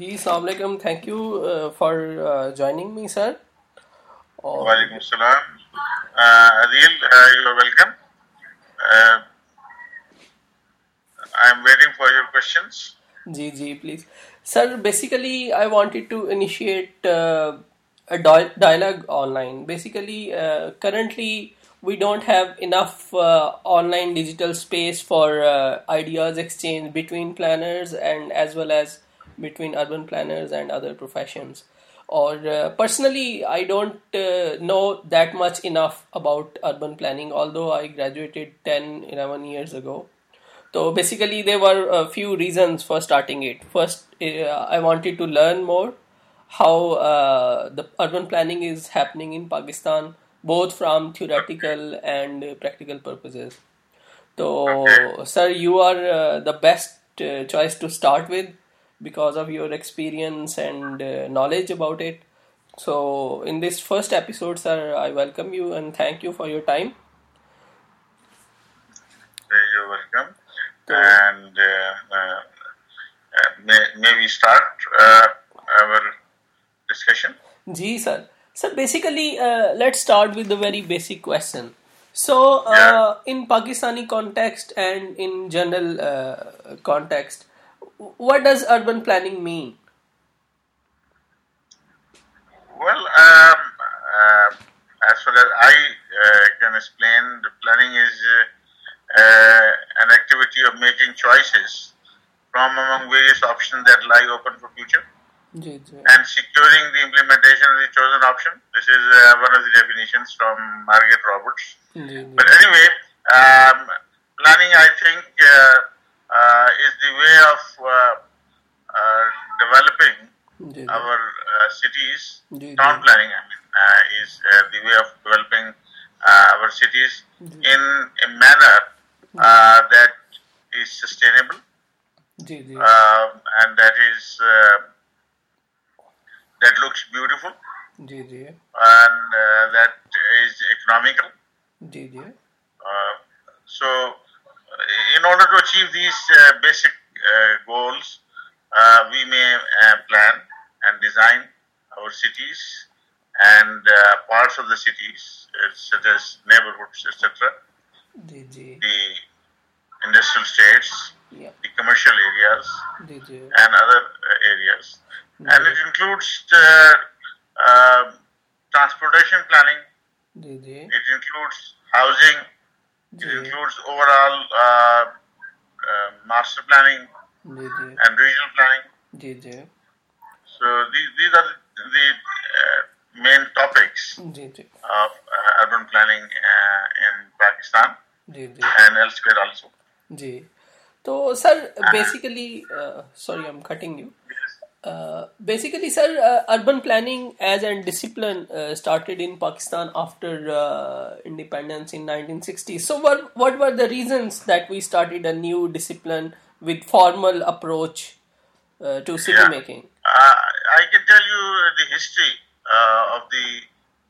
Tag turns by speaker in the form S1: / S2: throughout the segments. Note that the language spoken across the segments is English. S1: जी सलामकुम thank you for joining me sir और
S2: वालेकुम सलाम uh, Adil, uh, you are welcome. Uh, I am waiting for your questions. Uh,
S1: जी जी please sir basically I wanted to initiate uh, a dia- dialogue online. Basically, uh, currently we don't have enough uh, online digital space for uh, ideas exchange between planners and as well as between urban planners and other professions. Or uh, personally, I don't uh, know that much enough about urban planning, although I graduated 10, 11 years ago. So basically, there were a few reasons for starting it. First, uh, I wanted to learn more how uh, the urban planning is happening in Pakistan, both from theoretical and uh, practical purposes. So, sir, you are uh, the best uh, choice to start with because of your experience and uh, knowledge about it. So, in this first episode, sir, I welcome you and thank you for your time.
S2: Uh, you are welcome.
S1: So-
S2: And uh, uh, uh, may, may we start uh, our discussion?
S1: जी sir sir uh, basically let's start with the very basic question so
S2: Yeah.
S1: In Pakistani context and in general context what does urban planning mean
S2: Well, um, uh, as far as I uh, can explain, the planning is uh, uh, an activity of making choices from among various options that lie open for future.
S1: जी जी
S2: and securing the implementation of the chosen option. This is uh, one of the definitions from Margaret Roberts.
S1: जी
S2: But anyway, um, planning, I think, uh, uh, is the way of uh, uh, developing
S1: जी
S2: our uh, cities.
S1: जी
S2: Town planning, I mean, uh, is uh, the way of developing uh, our cities in a manner uh, that is sustainable
S1: जी जी
S2: um, and that is uh, that looks beautiful
S1: जी जी
S2: and uh, that is economical.
S1: जी जी
S2: Uh, so, uh, in order to achieve these uh, basic uh, goals, uh, we may uh, plan and design our cities and uh, parts of the cities, uh, such as neighborhoods, etc.,
S1: जी जी
S2: the industrial states,
S1: या
S2: the commercial areas,
S1: जी जी
S2: and other uh, areas. And it includes uh, um transportation planning,
S1: जी जी
S2: it includes housing, it
S1: जी
S2: includes overall uh, uh, master planning
S1: जी जी
S2: and regional planning.
S1: जी जी
S2: So these, these are the uh, main topics
S1: जी जी
S2: of uh, urban planning uh, in Pakistan
S1: जी जी
S2: and elsewhere also.
S1: जी तो sir
S2: Uh-huh.
S1: uh, basically sorry I am cutting you basically, sir, uh, urban planning as a discipline uh, started in Pakistan after uh, independence in 1960. So, what what were the reasons that we started a new discipline with formal approach uh, to city
S2: Yeah.
S1: making?
S2: Uh, I can tell you the history uh, of the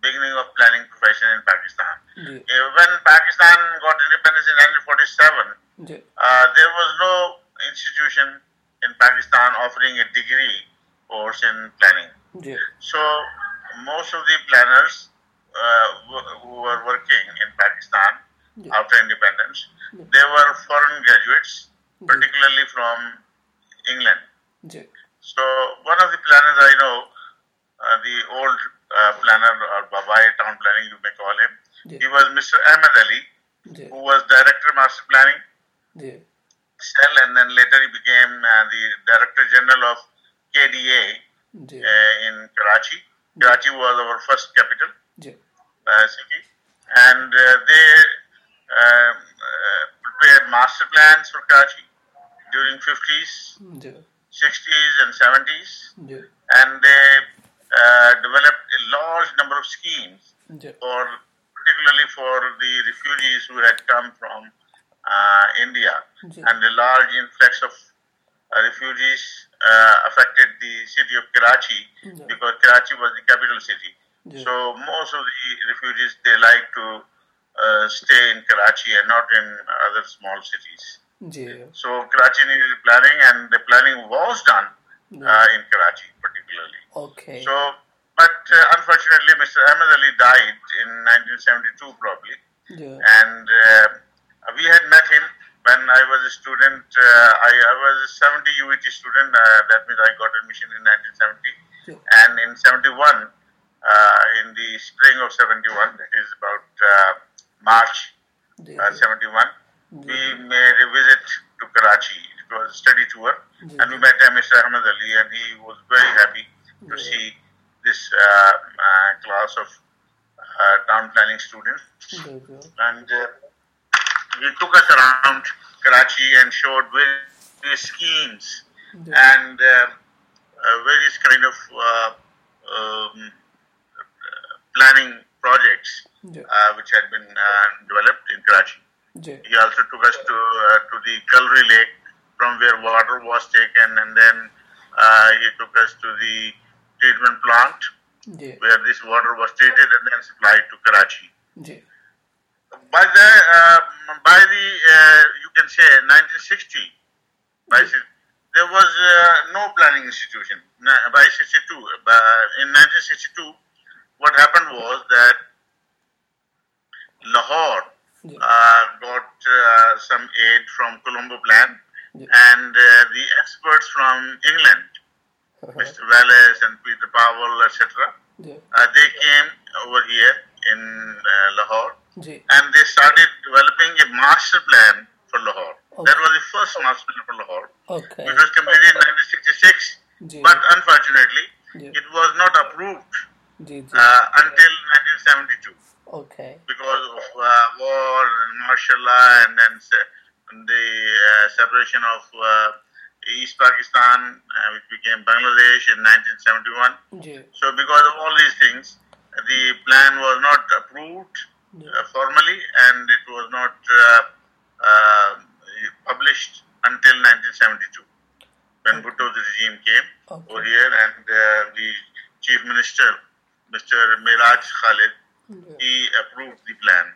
S2: beginning of planning profession in Pakistan.
S1: Ji,
S2: Uh, When Pakistan got independence in 1947,
S1: ji,
S2: uh, there was no institution in Pakistan offering a degree course in planning.
S1: ji,
S2: So most of the planners uh, who- who were working in Pakistan
S1: Yeah.
S2: after independence, they were foreign graduates, particularly from England.
S1: ji,
S2: So one of the planners I know, uh, the old uh, planner or Babai town planning you may call him,
S1: Yeah.
S2: he was Mr. Ahmed Ali,
S1: ji,
S2: who was director master planning
S1: ji,
S2: cell, and then later he became uh, the director general of KDA
S1: ji,
S2: uh, in Karachi. Karachi was our first capital
S1: ji,
S2: uh, city, and uh, they um, uh, prepared master plans for Karachi during 50s,
S1: ji,
S2: 60s, and 70s
S1: ji,
S2: and they uh, developed a large number of schemes
S1: ji,
S2: for particularly for the refugees who had come from uh, India
S1: जी.
S2: and the large influx of uh, refugees uh, affected the city of Karachi
S1: जी.
S2: because Karachi was the capital city.
S1: जी.
S2: So most of the refugees they like to uh, stay in Karachi and not in other small cities.
S1: ji,
S2: So Karachi needed planning, and the planning was done uh, in Karachi, particularly.
S1: Okay.
S2: So, but uh, unfortunately, Mr. Ahmed Ali died in 1972, probably,
S1: yeah.
S2: and uh, we had met him when I was a student. Uh, I, I was a 70 UET student. Uh, that means I got admission in 1970,
S1: Yeah.
S2: and in 71, uh, in the spring of 71, that is about uh, March
S1: yeah.
S2: uh, 71, we made a visit to Karachi. It was a study tour, and we met uh, Mr. Ahmed Ali, and he was very happy to
S1: Yeah.
S2: see this uh, uh, class of uh, town planning students.
S1: Yeah, yeah.
S2: And uh, he took us around Karachi and showed various schemes
S1: Yeah.
S2: and uh, uh, various kind of uh, um, uh, planning projects
S1: Yeah.
S2: uh, which had been uh, developed in Karachi.
S1: Yeah.
S2: He also took us to uh, to the Kalri Lake, from where water was taken, and then uh, he took us to the treatment plant
S1: Yeah.
S2: where this water was treated and then supplied to Karachi.
S1: Yeah.
S2: By the uh, by the uh, you can say 1960, by si- there was uh, no planning institution. Na- By 62, by, in 1962, what happened was that Lahore
S1: Yeah.
S2: uh, got uh, some aid from Colombo Plan
S1: Yeah.
S2: and uh, the experts from England,
S1: Uh-huh.
S2: Mr. Wallace and Peter Powell, etc.
S1: Yeah.
S2: Uh, they came over here in uh, Lahore
S1: Yeah.
S2: and they started developing a master plan for Lahore. That was the first master plan for Lahore.
S1: Okay.
S2: It was completed in 1966,
S1: Yeah.
S2: but unfortunately,
S1: Yeah.
S2: it was not approved
S1: Yeah. Yeah.
S2: uh, until 1972
S1: Okay.
S2: because of uh, war and martial law and then se- and the uh, separation of uh, East Pakistan, uh, which became Bangladesh in 1971.
S1: Yeah.
S2: So, because of all these things, the plan was not approved uh,
S1: Yeah.
S2: formally and it was not uh, uh, published until 1972 when Bhutto the regime came
S1: Okay.
S2: over here and uh, the chief minister, Mr. Miraj Khalid,
S1: Yeah.
S2: he approved the plan.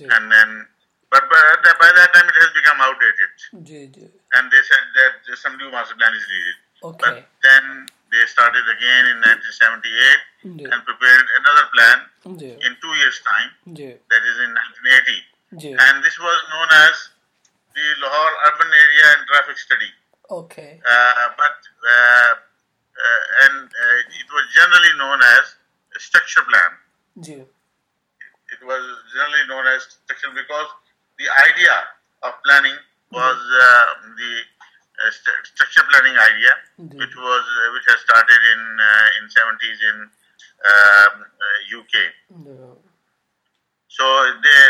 S1: Yeah.
S2: And then, but by that, by that time it has become outdated
S1: Yeah. Yeah.
S2: and they said that some new master plan is needed. But
S1: Okay.
S2: then they started again in 1978
S1: Yeah.
S2: and prepared another plan
S1: Yeah.
S2: in two years' time,
S1: Yeah.
S2: that is in 1980
S1: Yeah.
S2: and this was known as the Lahore Urban Area and Traffic Study.
S1: Okay.
S2: Uh, but uh, uh, and uh, it was generally known as a structure plan.
S1: Yeah.
S2: It was generally known as structure because the idea of planning was uh, the uh, st- structure planning idea,
S1: Mhm.
S2: which was uh, which has started in uh, in 70s in um, uh, UK.
S1: No.
S2: So they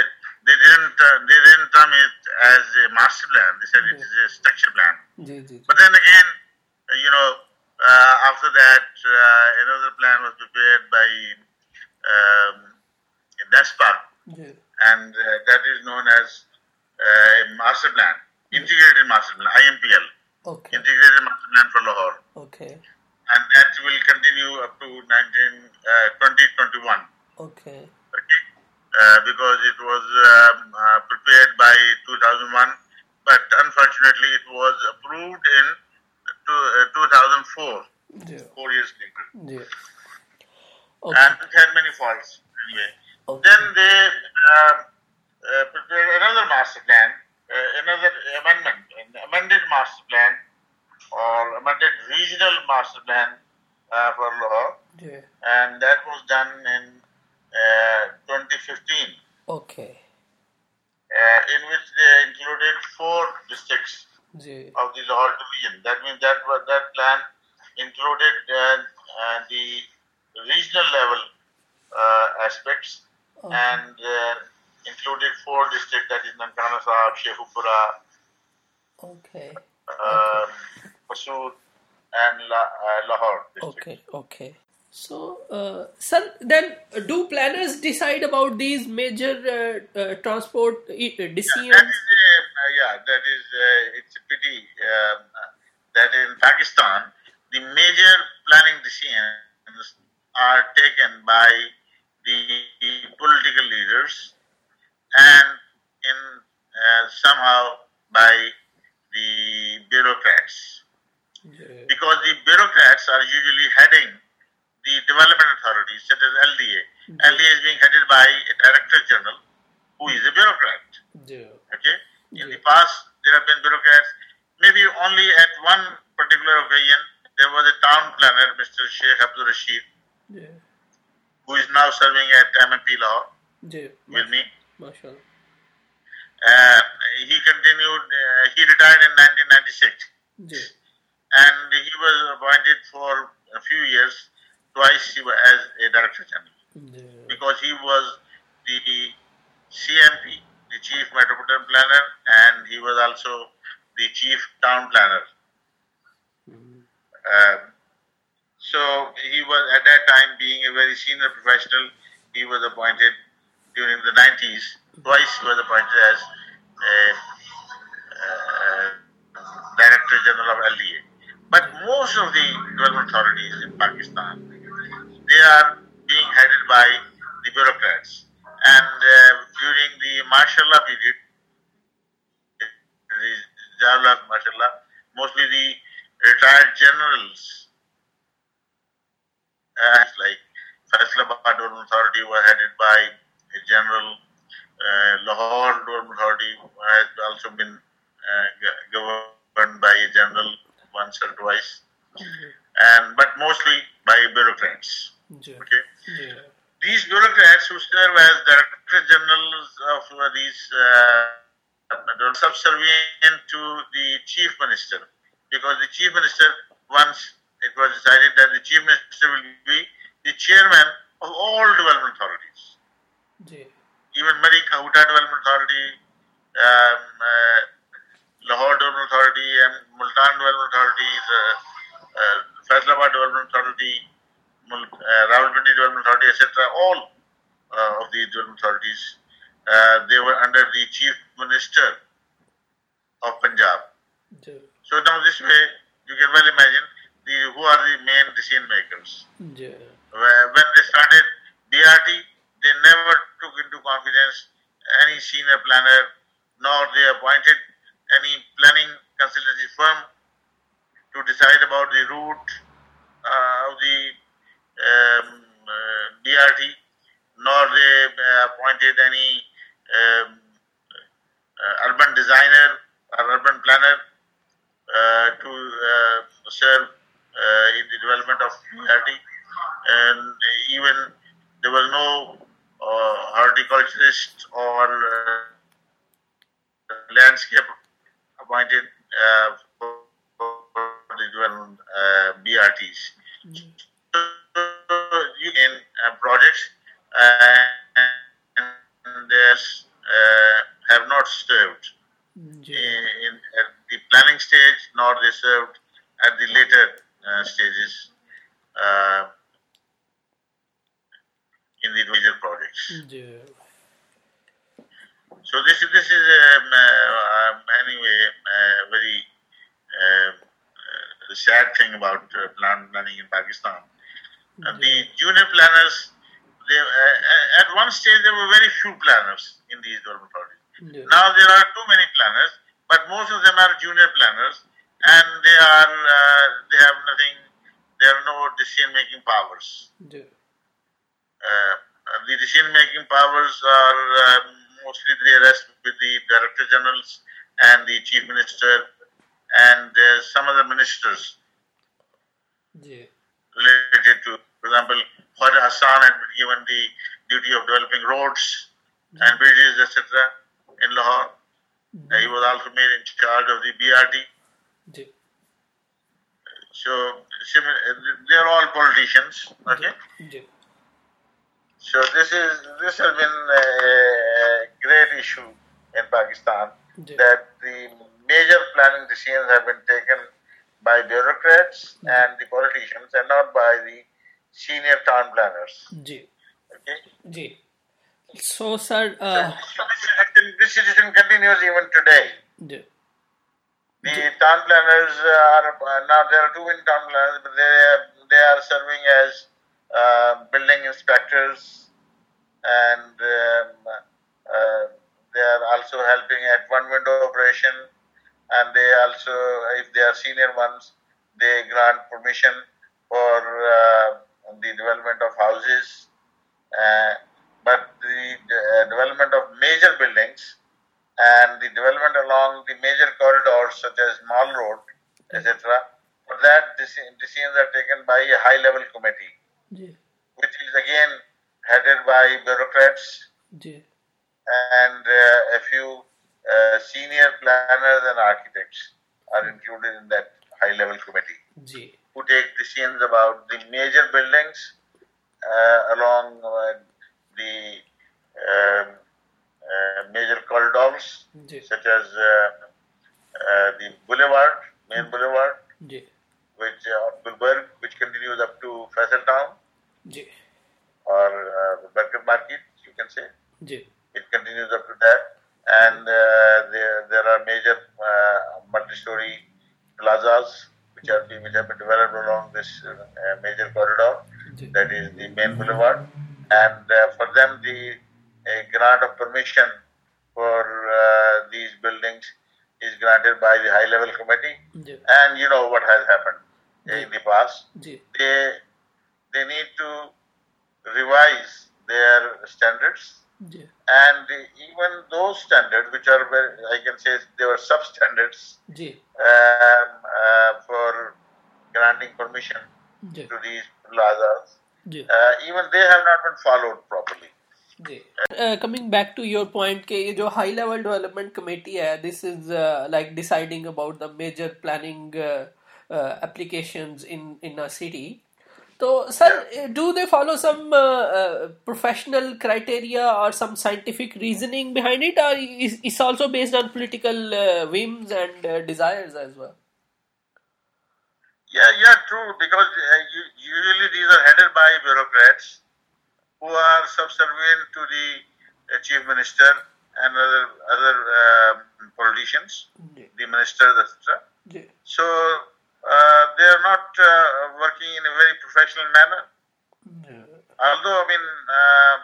S2: they didn't uh, they didn't term it as a master plan. They said it is a structure plan.
S1: Yeah. Yeah.
S2: But then again, uh, you know, uh, after that, uh, another plan was prepared by um, NASPA,
S1: Yeah.
S2: and uh, that is known as uh, a master plan, integrated master plan, IMPL,
S1: Okay.
S2: integrated master plan for Lahore,
S1: Okay.
S2: and that will continue up to 19 uh, 2021.
S1: Okay.
S2: Okay. Uh, because it was um, uh, prepared by 2001, but unfortunately it was approved in two, uh, 2004,
S1: Yeah.
S2: four years later.
S1: Yeah. Okay.
S2: And it had many faults. Anyway.
S1: Okay.
S2: Then they um, uh, prepared another master plan, uh, another amendment, an amended master plan or amended regional master plan uh, for Lahore,
S1: Yeah.
S2: and that was done in uh, 2015.
S1: Okay.
S2: uh, in which they included four districts
S1: Yeah.
S2: of the Lahore division. That means that was, that plan included uh, uh, the regional level uh, aspects
S1: Okay.
S2: and uh, included four districts that is Nankana Sahab, Sheikhupura,
S1: Okay.
S2: uh, Pasoor, and La- uh, Lahore district.
S1: Okay. Okay. So, uh, sir, then uh, do planners decide about these major uh, uh, transport uh,
S2: That
S1: decisions?
S2: is, uh, yeah, that is, uh, it's a pity um, that in Pakistan, the major planning decisions are taken by the political leaders and in uh, somehow by the bureaucrats.
S1: Yeah.
S2: Because the bureaucrats contracts are usually heading the development authorities, such as LDA. LDA is being headed by a director general who is a bureaucrat.
S1: जी
S2: Okay. In
S1: Yeah.
S2: the past, there have been bureaucrats. Maybe only at one particular occasion, there was a town planner, Mr. Sheikh Abdul Rashid,
S1: जी
S2: who is now serving at MMP Lahore
S1: जी
S2: with me.
S1: माशाल्लाह
S2: Uh, he continued. Uh, he retired in 1996.
S1: जी
S2: and he was appointed for a few years twice he wa- as a director general
S1: जी
S2: because he was the CMP, the chief metropolitan planner, and he was also the chief town planner. Um, so he was at that time being a very senior professional. He was appointed during the 90s. Twice he was appointed as a, uh, director general of LDA. But most of the development authorities in Pakistan, they are being headed by the bureaucrats. And uh, during the martial law period, the Jawahar martial law, mostly the retired generals as like Faisalabad Dorm Authority were headed by a general. Uh, Lahore Dorm Authority has also been uh, go- governed by a general once or twice, and but mostly by bureaucrats.
S1: जी
S2: Okay,
S1: जी
S2: these bureaucrats who serve as director generals of uh, these uh, they're subservient to the chief minister because the chief minister once it was decided that the chief minister will be the chairman of all development authorities
S1: जी
S2: even Mari Kahuta Development Authority, um, uh, Lahore Development Authority, and Multan Development Authority, the, uh, Faisalabad Development Authority, Mul- uh, Rawalpindi Development Authority, etc. All uh, of these development authorities, uh, they were under the Chief Minister of Punjab.
S1: जी
S2: So now this way, you can well imagine the, who are the main decision makers
S1: जी
S2: where- when they started BRT, they never took into confidence any senior planner, nor they appointed any planning consultancy firm to decide about the route uh, of the um, uh, BRT, nor they uh, appointed any um, uh, urban designer or urban planner uh, to uh, serve uh, in the development of BRT. And even there was no uh, horticulturist or uh, landscape appointed uh, for, for the development uh, BRTs. So, you in uh, projects uh, and there's uh, have not served
S1: जी
S2: in, in at the planning stage, nor they served at the later uh, stages uh, in the individual projects.
S1: जी
S2: So this is this is um, uh, um, anyway uh, very um, uh, sad thing about uh, plan planning in Pakistan. Uh, the junior planners, they uh, uh, at one stage there were very few planners in these development projects.
S1: जी
S2: Now there are too many planners, but most of them are junior planners, and they are uh, they have nothing, they have no decision making powers.
S1: जी
S2: Uh, the decision making powers are uh, mostly they rest with the director generals and the chief minister and uh, some other ministers
S1: जी
S2: related to, for example, Khwaja Hassan had been given the duty of developing roads and bridges, etc., in Lahore. Uh, he was also made in charge of the BRT.
S1: जी
S2: So simi- uh, they are all politicians. Okay.
S1: जी
S2: So this is this has been a great issue in Pakistan
S1: जी
S2: that the major planning decisions have been taken by bureaucrats and the politicians, and not by the senior town planners.
S1: जी
S2: Okay.
S1: जी so sir uh,
S2: So this situation- this situation continues even today.
S1: जी
S2: The town planners are uh, now there are two in town planners, but they are, they are serving as uh, building inspectors, and um, uh, they are also helping at one window operation, and they also, if they are senior ones, they grant permission for uh, the development of houses, uh, but the uh, development of major buildings and the development along the major corridors such as Mall Road, etc. For that, deci- decisions are taken by a high-level committee,
S1: जी
S2: which is again headed by bureaucrats
S1: जी
S2: and uh, a few uh, senior planners and architects are included in that high-level committee
S1: जी
S2: who take decisions about the major buildings uh, along uh, the um, uh, major corridors
S1: जी
S2: such as uh, uh, the boulevard, main boulevard,
S1: जी
S2: which uh, Gulberg, which continues up to Faisal Town
S1: जी
S2: or uh, Berkut Market, you can say.
S1: जी
S2: It continues up to that, and uh, there there are major uh, multi-story plazas which are being which have been developed along this uh, uh, major corridor
S1: जी
S2: that is the main boulevard, and uh, for them the a grant of permission for uh, these buildings is granted by the high level committee,
S1: जी
S2: and you know what has happened in the past.
S1: Ji
S2: They they need to revise their standards,
S1: जी
S2: and even those standards which are very, I can say they were substandards
S1: जी
S2: um, uh, for granting permission
S1: जी
S2: to these plazas
S1: जी
S2: uh, even they have not been followed properly.
S1: Coming back to your point कि ये जो high level development committee है uh, this is like deciding about the major planning uh, applications in in a city तो sir do they follow some uh, professional criteria और some scientific reasoning behind it और is also based on political whims and desires as well
S2: Yeah, yeah, true. Because uh, u- usually these are headed by bureaucrats who are subservient to the uh, chief minister and other other um politicians,
S1: जी
S2: the ministers, etc.
S1: जी
S2: So uh, they are not uh, working in a very professional manner. although I mean uh,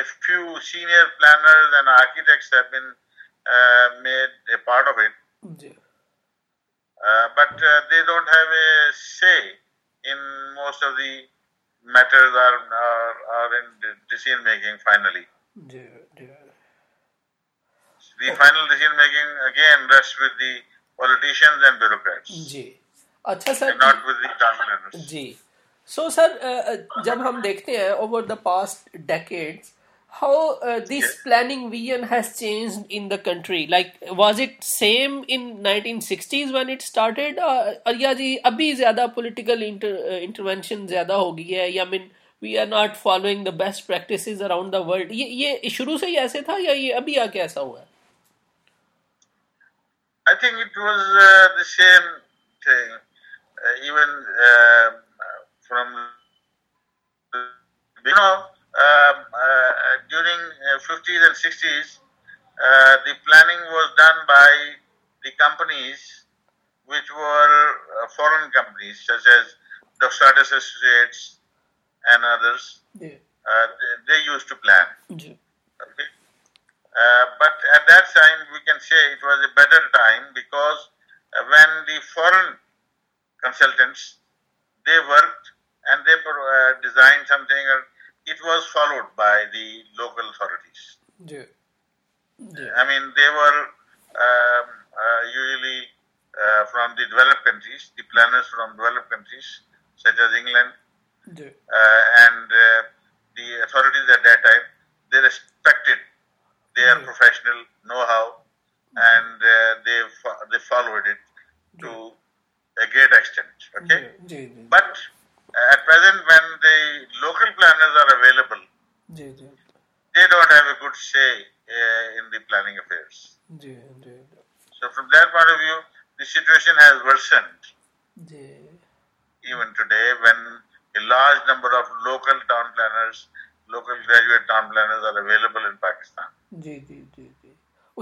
S2: a few senior planners and architects have been uh, made a part of it,
S1: जी
S2: uh, but uh, they don't have a say in most of the matters are are, are in de- decision making finally.
S1: जी जी
S2: The final decision making again rests with the politicians and bureaucrats,
S1: जी अच्छा
S2: and
S1: sir
S2: not with the town planners.
S1: जी so sir जब हम देखते हैं over the past decades how this planning vision has changed in the country like was it same in 1960s when it started और या जी अभी ज्यादा पॉलिटिकल इंटरवेंशन ज्यादा हो गई है या mean we are not following the best practices around the world ये ये शुरू से ही ऐसे था या ये अभी आके ऐसा हुआ है
S2: I think it was uh, the same thing, uh, even uh, from you know um, uh, during uh, 50s and 60s, uh, the planning was done by the companies which were uh, foreign companies such as Doxatis Associates and others.
S1: जी
S2: Uh, they, they used to plan.
S1: जी
S2: Okay. Uh, but at that time, we can say it was a better time because uh, when the foreign consultants they worked and they pro- uh, designed something, or it was followed by the local authorities.
S1: जी जी
S2: I mean, they were um, uh, usually uh, from the developed countries, the planners from developed countries such as England,
S1: ji
S2: uh, and uh, the authorities at that time they respected their
S1: Mm.
S2: professional know-how and uh, they fo- they followed it to a great extent okay
S1: जी जी
S2: but uh, at present when the local planners are available
S1: जी जी
S2: they don't have a good say uh, in the planning affairs
S1: जी जी
S2: so from that point of view the situation has worsened
S1: जी
S2: even today when a large number of local town planners, local graduate town planners are available in Pakistan.
S1: जी जी जी जी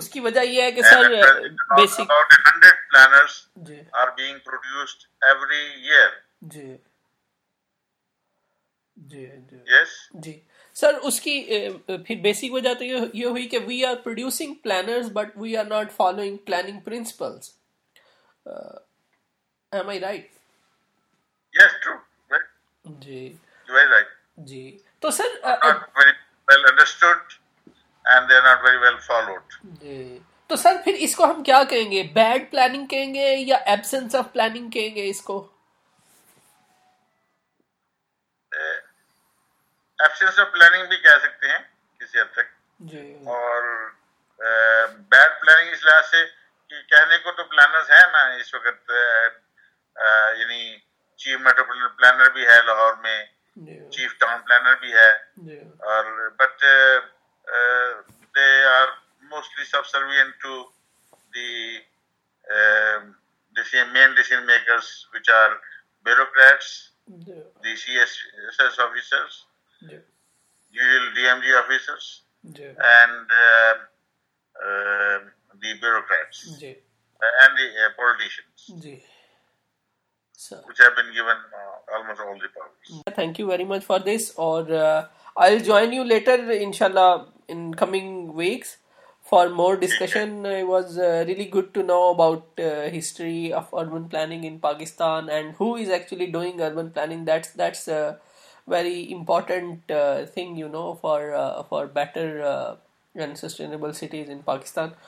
S1: उसकी वजह यह है कि
S2: And uh, at
S1: sir
S2: present, about-
S1: basic
S2: about 100 planners
S1: जी
S2: are being produced every year.
S1: जी जी जी
S2: Yes,
S1: जी सर उसकी अ, फिर बेसिक वजह तो ये ये हुई कि we are producing planners but we are not following planning Uh, principles am I right
S2: yes, true. Very
S1: जी
S2: You are right.
S1: जी तो सर अ, अ,
S2: Not very well understood, and they are not very well followed.
S1: जी तो sir फिर इसको हम क्या कहेंगे बैड प्लानिंग कहेंगे या एब्सेंस ऑफ प्लानिंग कहेंगे इसको
S2: एब्सेंस ऑफ प्लानिंग भी कह सकते हैं किसी हद तक
S1: जी
S2: और बैड प्लानिंग इस लिहाज से कि कहने को तो प्लानर्स है ना इस वक्त अ, अ, यानी चीफ मेट्रोपोलिटन प्लानर भी है लाहौर में
S1: जी
S2: चीफ टाउन प्लानर भी है
S1: जी
S2: और but they are mostly subservient to the uh, decision, main decision makers which are bureaucrats
S1: जी
S2: the CSS officers
S1: जी
S2: usual DMG officers
S1: जी
S2: and uh, uh, the bureaucrats
S1: जी
S2: uh, and the uh, politicians,
S1: जी sir
S2: which have been given uh, almost all the powers.
S1: thank you very much for this or uh, i'll join you later inshallah in coming weeks for more discussion it was uh, really good to know about uh, history of urban planning in pakistan and who is actually doing urban planning that's that's a very important uh, thing you know for uh, for better uh, and sustainable cities in pakistan